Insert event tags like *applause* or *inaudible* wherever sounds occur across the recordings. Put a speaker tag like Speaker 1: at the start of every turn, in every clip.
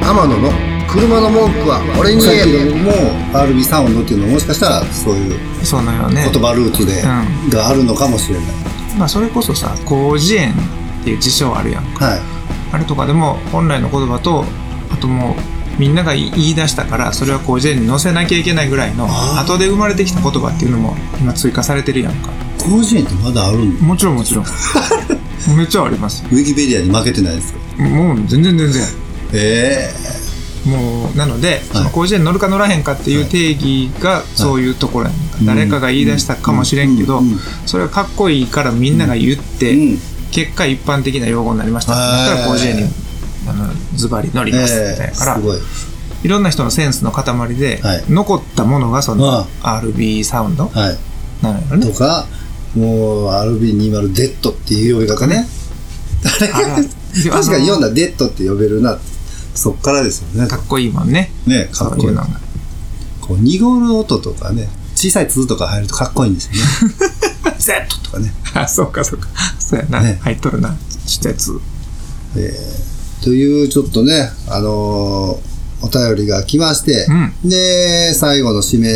Speaker 1: 天野の車の文句は俺に
Speaker 2: さっき
Speaker 1: 言え
Speaker 2: も RB3 音のっていうのはもしかしたらそういう
Speaker 3: そうなよね
Speaker 2: 言葉ルーツで、
Speaker 3: う
Speaker 2: があるのかもしれない
Speaker 3: まあそれこそさ広辞苑っていう辞書あるやん
Speaker 2: はい
Speaker 3: あれとかでも本来の言葉とあともうみんなが言い出したからそれは広辞苑に載せなきゃいけないぐらいの
Speaker 2: あー
Speaker 3: 後で生まれてきた言葉っていうのも今追加されてるやんか
Speaker 2: 広辞苑ってまだあるんだ
Speaker 3: もちろん
Speaker 2: *laughs*
Speaker 3: もちろんめっちゃありますよ
Speaker 2: ウィキペディアに負けてないですよ
Speaker 3: もう全然全然
Speaker 2: え
Speaker 3: もうなので、その広辞苑に乗るか乗らへんかっていう定義がそういうところやんか、
Speaker 2: い
Speaker 3: 誰かが言い出したかもしれんけど、
Speaker 2: うんうんうん
Speaker 3: それがかっこいいからみんなが言っ
Speaker 2: え
Speaker 3: て、
Speaker 2: うん
Speaker 3: 結果一般的な用語になりました
Speaker 2: はい
Speaker 3: だから広辞苑にあのズバリ乗り
Speaker 2: え
Speaker 3: ますみたい
Speaker 2: え
Speaker 3: なから、
Speaker 2: すごい
Speaker 3: いろんな人のセンスの塊で、
Speaker 2: はい
Speaker 3: 残ったものがその
Speaker 2: あ
Speaker 3: RB サウンド
Speaker 2: はい
Speaker 3: なのよ
Speaker 2: と
Speaker 3: ね。
Speaker 2: かもう RB20Z っていう呼び方ねあれ
Speaker 3: あら
Speaker 2: 確かに読ん
Speaker 3: あ
Speaker 2: だらデッドって呼べるなそっからですよね
Speaker 3: のかっこいいもんね。
Speaker 2: ねかっ
Speaker 3: そう
Speaker 2: こ
Speaker 3: い
Speaker 2: いうい
Speaker 3: のが。 *laughs*
Speaker 2: こう濁る音とかね小さい「つ」とか入るとかっこいいんですよね「Z」とかね、
Speaker 3: あ、そうかそうか。そうやな。
Speaker 2: ね
Speaker 3: 入っとるな。ちっちゃいやつ。
Speaker 2: えーというちょっとねあのーお便りが来まして、で最後の締め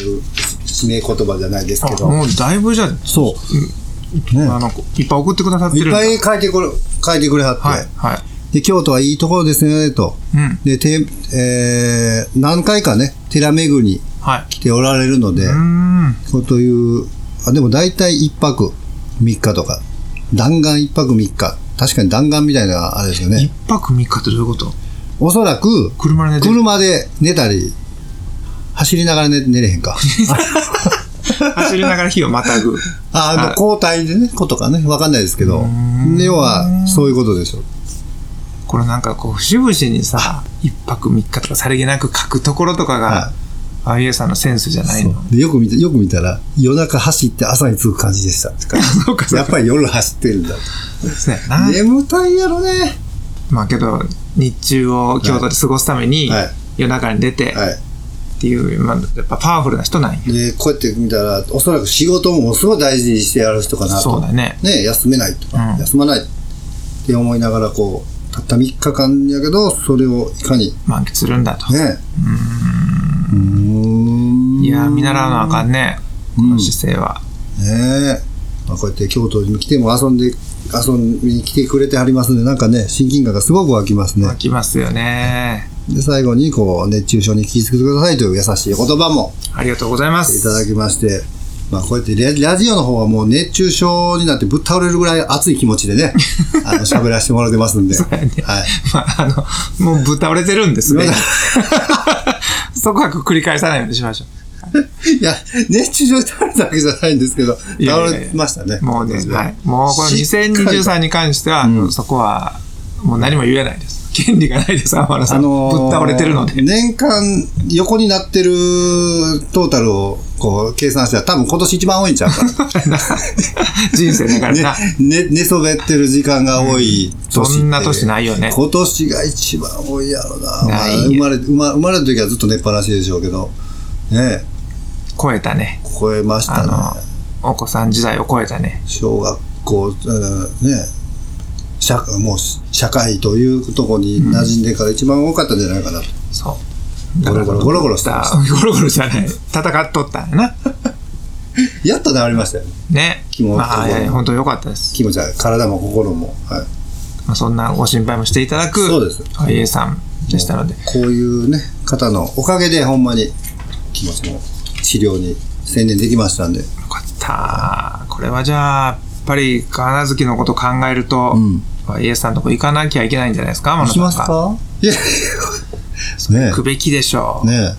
Speaker 2: 締め言葉じゃないですけ
Speaker 3: あ
Speaker 2: ど
Speaker 3: もうだいぶじゃあ、
Speaker 2: そう、
Speaker 3: あ
Speaker 2: ね、
Speaker 3: の、いっぱい送ってくださって
Speaker 2: い
Speaker 3: る
Speaker 2: っ
Speaker 3: んだ
Speaker 2: ぱい書いてくれ書いてくれはって、
Speaker 3: はい。はい。
Speaker 2: で京都はいいところですねと
Speaker 3: うん。
Speaker 2: でて、えー何回かね寺巡りに
Speaker 3: はい。
Speaker 2: 来ておられるので、
Speaker 3: うーん。
Speaker 2: そうという、あ、でも大体1泊3日とか、弾丸1泊3日。確かに弾丸みたいなあれですよ
Speaker 3: 一
Speaker 2: ね。
Speaker 3: 泊三日ってどういうこと
Speaker 2: おそらく、
Speaker 3: 車で寝てる。
Speaker 2: 車で寝たり、走りながら寝寝れへん
Speaker 3: *laughs*
Speaker 2: か。
Speaker 3: 走りながら火をまたぐ。
Speaker 2: ああの、交代でね、ことかね、わかんないですけど。で要は、そういうことでしょ。
Speaker 3: これなんかこう、節々にさ、一泊三日とかさりげなく書くところとかが
Speaker 2: は、
Speaker 3: IA さんのセンスじゃないの。
Speaker 2: でよく見て、よく見たら、夜中走って朝に着く感じでしたって感じ。
Speaker 3: *laughs* そうかそうか
Speaker 2: やっぱり夜走ってるんだと。
Speaker 3: そうやな。
Speaker 2: 眠たいやろね。
Speaker 3: まあけど、日中を京都で過ごすために、
Speaker 2: はい
Speaker 3: 夜中に出て
Speaker 2: は
Speaker 3: っていう、まあ、やっぱパワフルな人なんや。
Speaker 2: い。で、こうやって見たら、おそらく仕事もものすごい大事にしてやる人かなと。
Speaker 3: そうだね。
Speaker 2: ね、休めないとか、
Speaker 3: うん
Speaker 2: 休まないって思いながらこうたった3日間やけどそれをいかに
Speaker 3: 満喫するんだと。
Speaker 2: ねうーん
Speaker 3: いやー、見習うのはあかんね。この姿勢は。
Speaker 2: ねえ、まあ、こうやって京都に来ても遊んで遊びに来てくれてはりますんでなんかね親近感がすごく湧きますね
Speaker 3: 湧きますよね。
Speaker 2: で最後にこう熱中症に気をつけてくださいという優しい言葉も
Speaker 3: ありがとうございま
Speaker 2: い
Speaker 3: す
Speaker 2: た。だきましてまあこうやってララジオの方はもう熱中症になってぶっ倒れるぐらい熱い気持ちで
Speaker 3: *laughs*
Speaker 2: ねあの喋らせてもらってますんで、
Speaker 3: やね
Speaker 2: はい
Speaker 3: *laughs* まあ、あの、もうぶたれてるんですね
Speaker 2: ぶ。
Speaker 3: *laughs* そこは繰り返さないようにしましょ
Speaker 2: いや、熱中症で倒れたわけじゃないんですけど、倒
Speaker 3: いやいやいや
Speaker 2: れましたね。
Speaker 3: う。もうね、はい。もうこの
Speaker 2: しっかりと
Speaker 3: 2023に関しては、あのそこは、もう何も言えないです。権利がないです、天野さん。ぶっ倒れてるので。
Speaker 2: 年間横になってるトータルをこう計算したら多分今年一番多いんちゃう
Speaker 3: *laughs*
Speaker 2: か
Speaker 3: *laughs* 人生だから
Speaker 2: な、ね
Speaker 3: な。
Speaker 2: ね寝そべってる時間が多い年って
Speaker 3: そんな年ないよね
Speaker 2: 今年が一番多いやろな。まあ
Speaker 3: ない
Speaker 2: 生まれ、生ま生まれる時はずっと寝っぱなしでしょうけど、ね、
Speaker 3: 超えたね。
Speaker 2: 超えまし
Speaker 3: あ
Speaker 2: たね。
Speaker 3: の、お子さん時代を超えたね。
Speaker 2: 小学校、うんね社もう社会というところに馴染んでから一番多かったんじゃないかなと、
Speaker 3: そう。
Speaker 2: ゴロゴロゴロゴロしてまし
Speaker 3: *laughs* ゴロゴロじゃない。戦っとったんやな。
Speaker 2: やっと治りましたよね
Speaker 3: ね。
Speaker 2: 気持ち
Speaker 3: まあ、いやいや本当良かったです。
Speaker 2: 気持ちは体も心も、はい、
Speaker 3: まあ、そんなご心配もしていただく、
Speaker 2: そうです。
Speaker 3: IA さんでしたので。
Speaker 2: こういうね方のおかげでほんまに気持ちも治療に専念できましたんで
Speaker 3: よかった。これはじゃあ、やっぱり、カーナ好きのこと考えると、
Speaker 2: ん
Speaker 3: IA さんのとこ行かなきゃいけないんじゃないですか、行
Speaker 2: いやね
Speaker 3: 行くべきでしょう。
Speaker 2: えねえ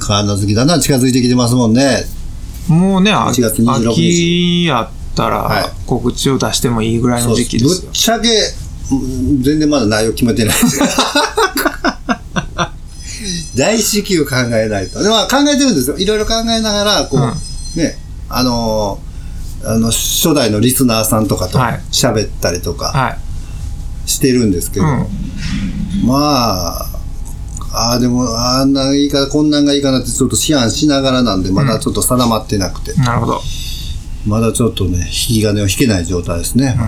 Speaker 2: 体好きだな近づいてきてますもんね
Speaker 3: もうね、あ
Speaker 2: 1月26日
Speaker 3: 秋やった
Speaker 2: はい
Speaker 3: ら、告知を出してもいいぐらいの時期で
Speaker 2: ぶ
Speaker 3: すよ
Speaker 2: っ。ちゃけうん全然まだ内容決めてない
Speaker 3: *laughs*
Speaker 2: です大至急考えないとでも考えてるんですよいろいろ考えながらこう、
Speaker 3: うん
Speaker 2: ねあのーあの初代のリスナーさんとかと
Speaker 3: はい
Speaker 2: 喋ったりとか
Speaker 3: はい。
Speaker 2: してるんですけ
Speaker 3: う
Speaker 2: ど、
Speaker 3: ん。
Speaker 2: まあああでもあんな言い方こんなんがいいかなってちょっと思案しながらなんでまだちょっと定まってなくて、
Speaker 3: なるほど。
Speaker 2: まだちょっとね引き金を引けない状態ですね、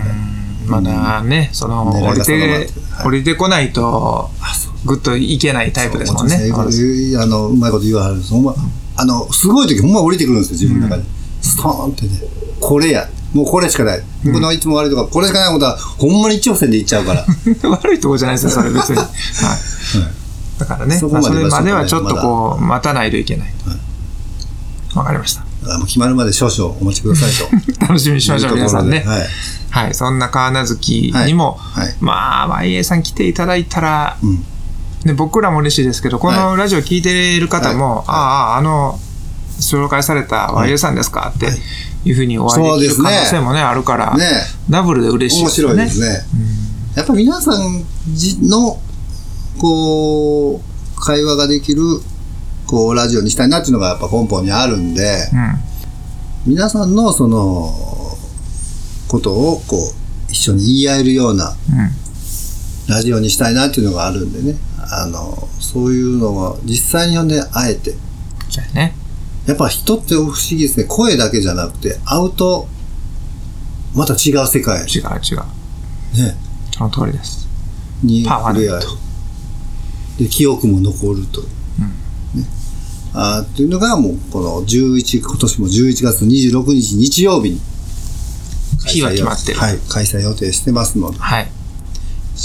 Speaker 2: まだ
Speaker 3: まだね、その、
Speaker 2: 狙
Speaker 3: 降
Speaker 2: いが定
Speaker 3: り
Speaker 2: まって
Speaker 3: て
Speaker 2: るは、い
Speaker 3: 降りてこないと、
Speaker 2: あそう
Speaker 3: ぐっといけないタイプですもんね。
Speaker 2: そうまあ英語であの、うまいこと言わはるんです。ほんま、あの、すごい時、ほんま降りてくるんですよ、自分の中で。ストーンってね、これや。もうこれしかない。僕のいつも悪いとか、これしかないことは、ほんまに一直線でいっちゃう
Speaker 3: *laughs*
Speaker 2: から。
Speaker 3: 悪いとこじゃないですよ、それ
Speaker 2: *laughs*
Speaker 3: 別に。はい。だからね、
Speaker 2: そこ
Speaker 3: ま
Speaker 2: ま
Speaker 3: あ
Speaker 2: で
Speaker 3: そ
Speaker 2: は
Speaker 3: れまではち
Speaker 2: ち
Speaker 3: ょ
Speaker 2: ょ
Speaker 3: っ
Speaker 2: っ
Speaker 3: と
Speaker 2: とね
Speaker 3: こう、待たないといけない。わかりました。 *laughs*
Speaker 2: あもう決まるまで少々お待ちくださいと。
Speaker 3: 楽しみにしましょう、皆さんね。
Speaker 2: はい。
Speaker 3: はい。そんな川名月にも、
Speaker 2: はいはい
Speaker 3: まあ、YA さん来ていただいたら、
Speaker 2: うん。
Speaker 3: ね、僕らも嬉しいですけど、このラジオ聞いてる方も、ああ、あの、紹介された YA さんですかっていうふうにお会いできる可能性もね、あるから、
Speaker 2: ね
Speaker 3: ダブルで嬉しい
Speaker 2: 面白いですね。やっぱ皆さんじの、こう、会話ができる、こう、ラジオにしたいなっていうのがやっぱ根本にあるんで、
Speaker 3: うん。
Speaker 2: 皆さんのその、ことをこう、一緒に言い合えるような
Speaker 3: うん。
Speaker 2: ラジオにしたいなっていうのがあるんでね、あの、そういうのを実際に呼んで会えて、
Speaker 3: じゃあね。
Speaker 2: やっぱ人って不思議ですね。声だけじゃなくて、会うと、また違う世界
Speaker 3: 違う違う。
Speaker 2: ね、
Speaker 3: その通りです。
Speaker 2: に
Speaker 3: パワー
Speaker 2: 触れ合
Speaker 3: だ
Speaker 2: え
Speaker 3: と
Speaker 2: る。で、記憶も残ると。ね、あーっていうのがもう、この11、今年も11月26日日曜日に、
Speaker 3: 日は決まってる。
Speaker 2: はい、開催予定してますので、
Speaker 3: はい。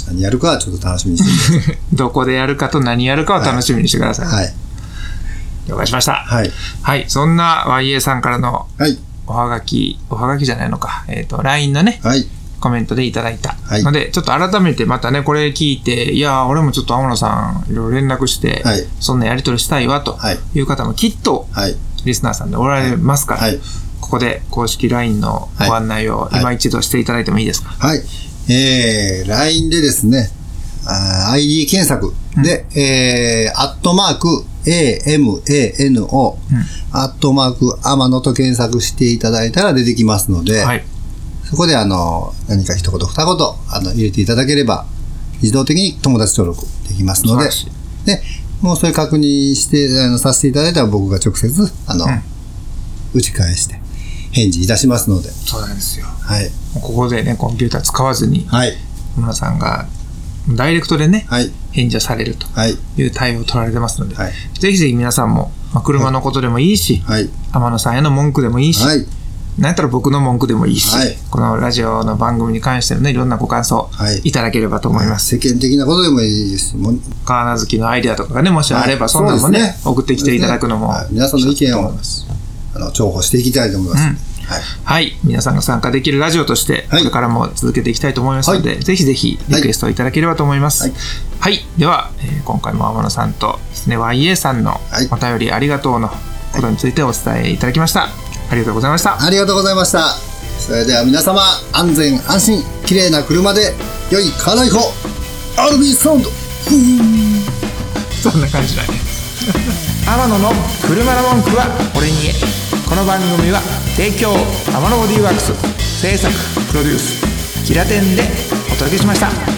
Speaker 2: 何やるかはちょっと楽しみにしてくだ
Speaker 3: どこでやるかと何やるかは楽しみにしてください。
Speaker 2: さい。
Speaker 3: 了解しました。はい。
Speaker 2: はい。はい。
Speaker 3: そんな YA さんからの
Speaker 2: はい。
Speaker 3: おはがき、おはがきじゃないのか、えっ、と、LINE のね、
Speaker 2: はい。
Speaker 3: コメントでいただいた。
Speaker 2: はい
Speaker 3: ので、ちょっと改めてまたね、これ聞いて、いやー、俺もちょっと天野さん、いろいろ連絡して、
Speaker 2: はい
Speaker 3: そんなやり取りしたいわ、と
Speaker 2: はい
Speaker 3: いう方もきっと、
Speaker 2: はい。
Speaker 3: リスナーさんでおられますから、
Speaker 2: はい。
Speaker 3: ここで公式 LINE のご案内を
Speaker 2: い
Speaker 3: 今一度していただいてもいいですか、
Speaker 2: はい。えー、LINE でですね、あー ID 検索で、えー、アットマーク、AMANO、アットマーク、アマノと検索していただいたら出てきますので、
Speaker 3: はい。
Speaker 2: そこであの、何か一言二言、あの、入れていただければ、自動的に友達登録できますので
Speaker 3: 素晴、
Speaker 2: で、もうそれ確認して、あの、させていただいたら僕が直接、あの、
Speaker 3: ん
Speaker 2: 打ち返して、返事いたしますので、
Speaker 3: そうなんですよ。
Speaker 2: はい。
Speaker 3: ここでね、コンピューター使わずに、
Speaker 2: はい。
Speaker 3: 野村さんがダイレクトでね、
Speaker 2: はい。
Speaker 3: 返事をされると
Speaker 2: はい。
Speaker 3: いう対応を取られてますので、
Speaker 2: はい
Speaker 3: ぜひぜひ皆さんも、まあ、車のことでもいいし、
Speaker 2: はい。
Speaker 3: 天野さんへの文句でもいいし、
Speaker 2: はい。
Speaker 3: なんやったら僕の文句でもいいし、
Speaker 2: はい
Speaker 3: このラジオの番組に関してのね、いろんなご感想
Speaker 2: はい
Speaker 3: いただければと思います。
Speaker 2: 世間的なことでもいいですし、もう
Speaker 3: 川名月のアイデアとかがね、もしあれば、
Speaker 2: はい
Speaker 3: そんなのもね
Speaker 2: そうですね
Speaker 3: 送ってきていただくのも、
Speaker 2: はい皆さんの意見を
Speaker 3: いいます
Speaker 2: あの重宝していきたいと思います。
Speaker 3: うん
Speaker 2: はい。
Speaker 3: はい。皆さんが参加できるラジオとして、こ
Speaker 2: はい
Speaker 3: れからも続けていきたいと思いますので、ぜひぜひリクエストをいただければと思います。はい。では、えー今回も天野さんとですね、YA さんの
Speaker 2: はい
Speaker 3: お便りありがとうのことについてお伝えいただきました。ありがとうございました。
Speaker 2: ありがとうございました。それでは皆様、安全安心、綺麗な車で、良いカーライフを !RB サウンド
Speaker 3: そんな感じだね。 *laughs* 天野の車の文句は俺に言え。この番組は提供天野ボディーワークス制作プロデュースキラテンでお届けしました。